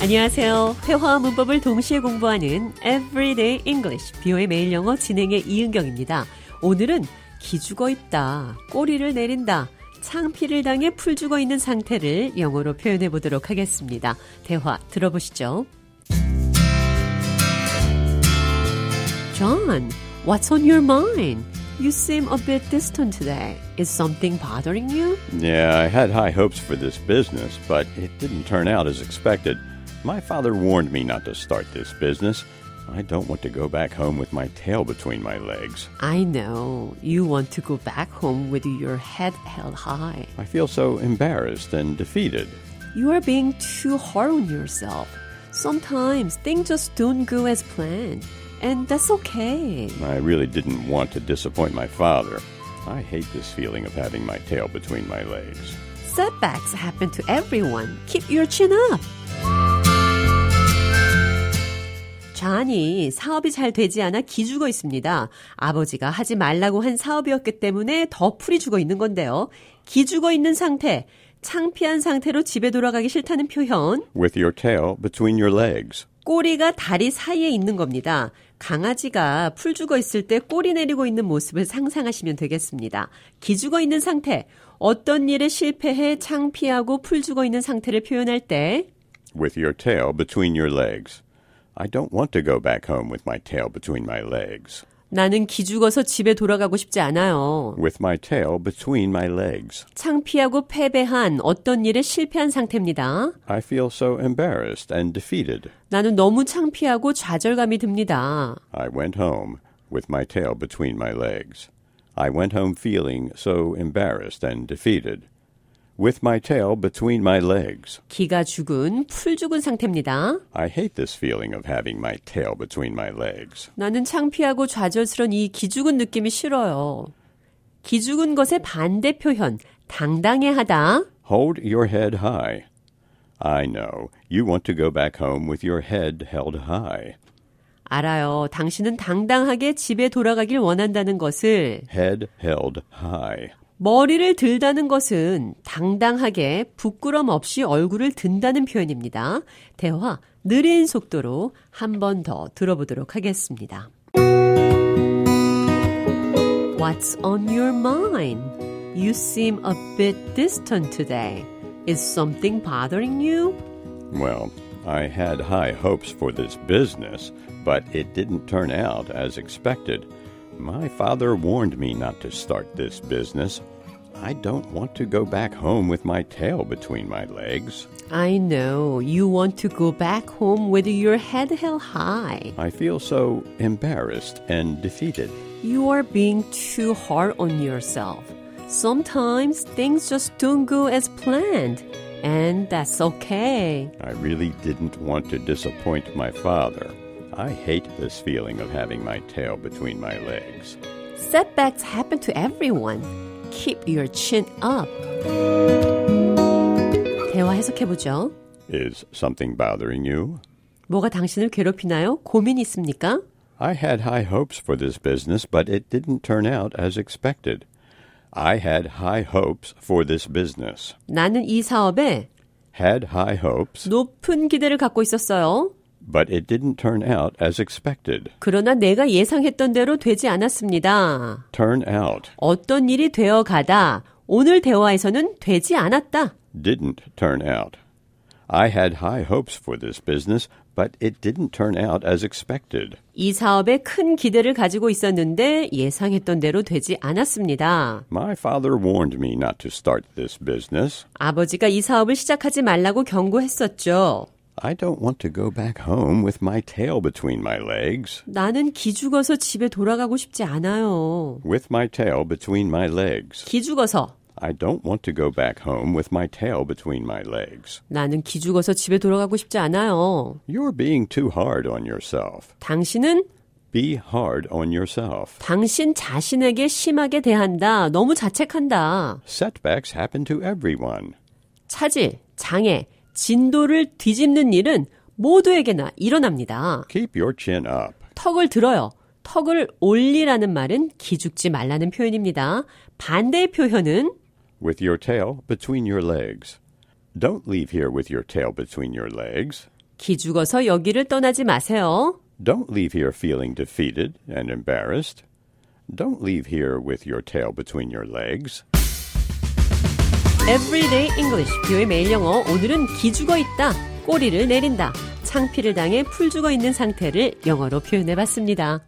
안녕하세요. 회화와 문법을 동시에 공부하는 Everyday English, 비오의 매일 영어 진행의 이은경입니다. 오늘은 기죽어 있다, 꼬리를 내린다, 창피를 당해 풀 죽어 있는 상태를 영어로 표현해 보도록 하겠습니다. 대화 들어보시죠. John, what's on your mind? You seem a bit distant today. Is something bothering you? Yeah, I had high hopes for this business, but it didn't turn out as expected. My father warned me not to start this business. I don't want to go back home with my tail between my legs. I know. You want to go back home with your head held high. I feel so embarrassed and defeated. You are being too hard on yourself. Sometimes things just don't go as planned, and that's okay. I really didn't want to disappoint my father. I hate this feeling of having my tail between my legs. Setbacks happen to everyone. Keep your chin up. 잔이 사업이 잘 되지 않아 기죽어 있습니다. 아버지가 하지 말라고 한 사업이었기 때문에 더 풀이 죽어 있는 건데요. 기죽어 있는 상태, 창피한 상태로 집에 돌아가기 싫다는 표현, With your tail between your legs. 꼬리가 다리 사이에 있는 겁니다. 강아지가 풀 죽어 있을 때 꼬리 내리고 있는 모습을 상상하시면 되겠습니다. 기죽어 있는 상태, 어떤 일에 실패해 창피하고 풀 죽어 있는 상태를 표현할 때, With your tail between your legs. I don't want to go back home with my tail between my legs. 나는 기죽어서 집에 돌아가고 싶지 않아요. With my tail between my legs. 창피하고 패배한 어떤 일에 실패한 상태입니다. I feel so embarrassed and defeated. 나는 너무 창피하고 좌절감이 듭니다. I went home with my tail between my legs. I went home feeling so embarrassed and defeated. With my tail between my legs. 기가 죽은, 풀 죽은 상태입니다. I hate this feeling of having my tail between my legs. 나는 창피하고 좌절스런 이 기죽은 느낌이 싫어요. 기죽은 것의 반대 표현, 당당해하다. Hold your head high. I know. You want to go back home with your head held high. 알아요. 당신은 당당하게 집에 돌아가길 원한다는 것을, Head held high. 머리를 들다는 것은 당당하게 부끄럼 없이 얼굴을 든다는 표현입니다. 대화 느린 속도로 한 번 더 들어보도록 하겠습니다. What's on your mind? You seem a bit distant today. Is something bothering you? Well, I had high hopes for this business, but it didn't turn out as expected. My father warned me not to start this business. I don't want to go back home with my tail between my legs. I know you want to go back home with your head held high. I feel so embarrassed and defeated. You are being too hard on yourself. Sometimes things just don't go as planned, and that's okay. I really didn't want to disappoint my father. I hate this feeling of having my tail between my legs. Setbacks happen to everyone. Keep your chin up. 대화 해석해보죠. Is something bothering you? 뭐가 당신을 괴롭히나요? 고민 있습니까? I had high hopes for this business, but it didn't turn out as expected. I had high hopes for this business. 나는 이 사업에 Had high hopes, 높은 기대를 갖고 있었어요. but it didn't turn out as expected. 그러나 내가 예상했던 대로 되지 않았습니다. Turn out 어떤 일이 되어 가다. 오늘 대화에서는 되지 않았다. didn't turn out. I had high hopes for this business, but it didn't turn out as expected. 이 사업에 큰 기대를 가지고 있었는데 예상했던 대로 되지 않았습니다. My father warned me not to start this business. 아버지가 이 사업을 시작하지 말라고 경고했었죠. I don't want to go back home with my tail between my legs. 나는 기죽어서 집에 돌아가고 싶지 않아요. With my tail between my legs. 기죽어서. I don't want to go back home with my tail between my legs. 나는 기죽어서 집에 돌아가고 싶지 않아요. You're being too hard on yourself. 당신은 Be hard on yourself. 당신 자신에게 심하게 대한다. 너무 자책한다. Setbacks happen to everyone. 차질, 장애, 진도를 뒤집는 일은 모두에게나 일어납니다. Keep your chin up. 턱을 들어요. 턱을 올리라는 말은 기죽지 말라는 표현입니다. 반대의 표현은 With your tail between your legs. Don't leave here with your tail between your legs. 기죽어서 여기를 떠나지 마세요. Don't leave here feeling defeated and embarrassed. Don't leave here with your tail between your legs. Everyday English, 뷰의 매일 영어. 오늘은 기죽어 있다, 꼬리를 내린다, 창피를 당해 풀 죽어 있는 상태를 영어로 표현해 봤습니다.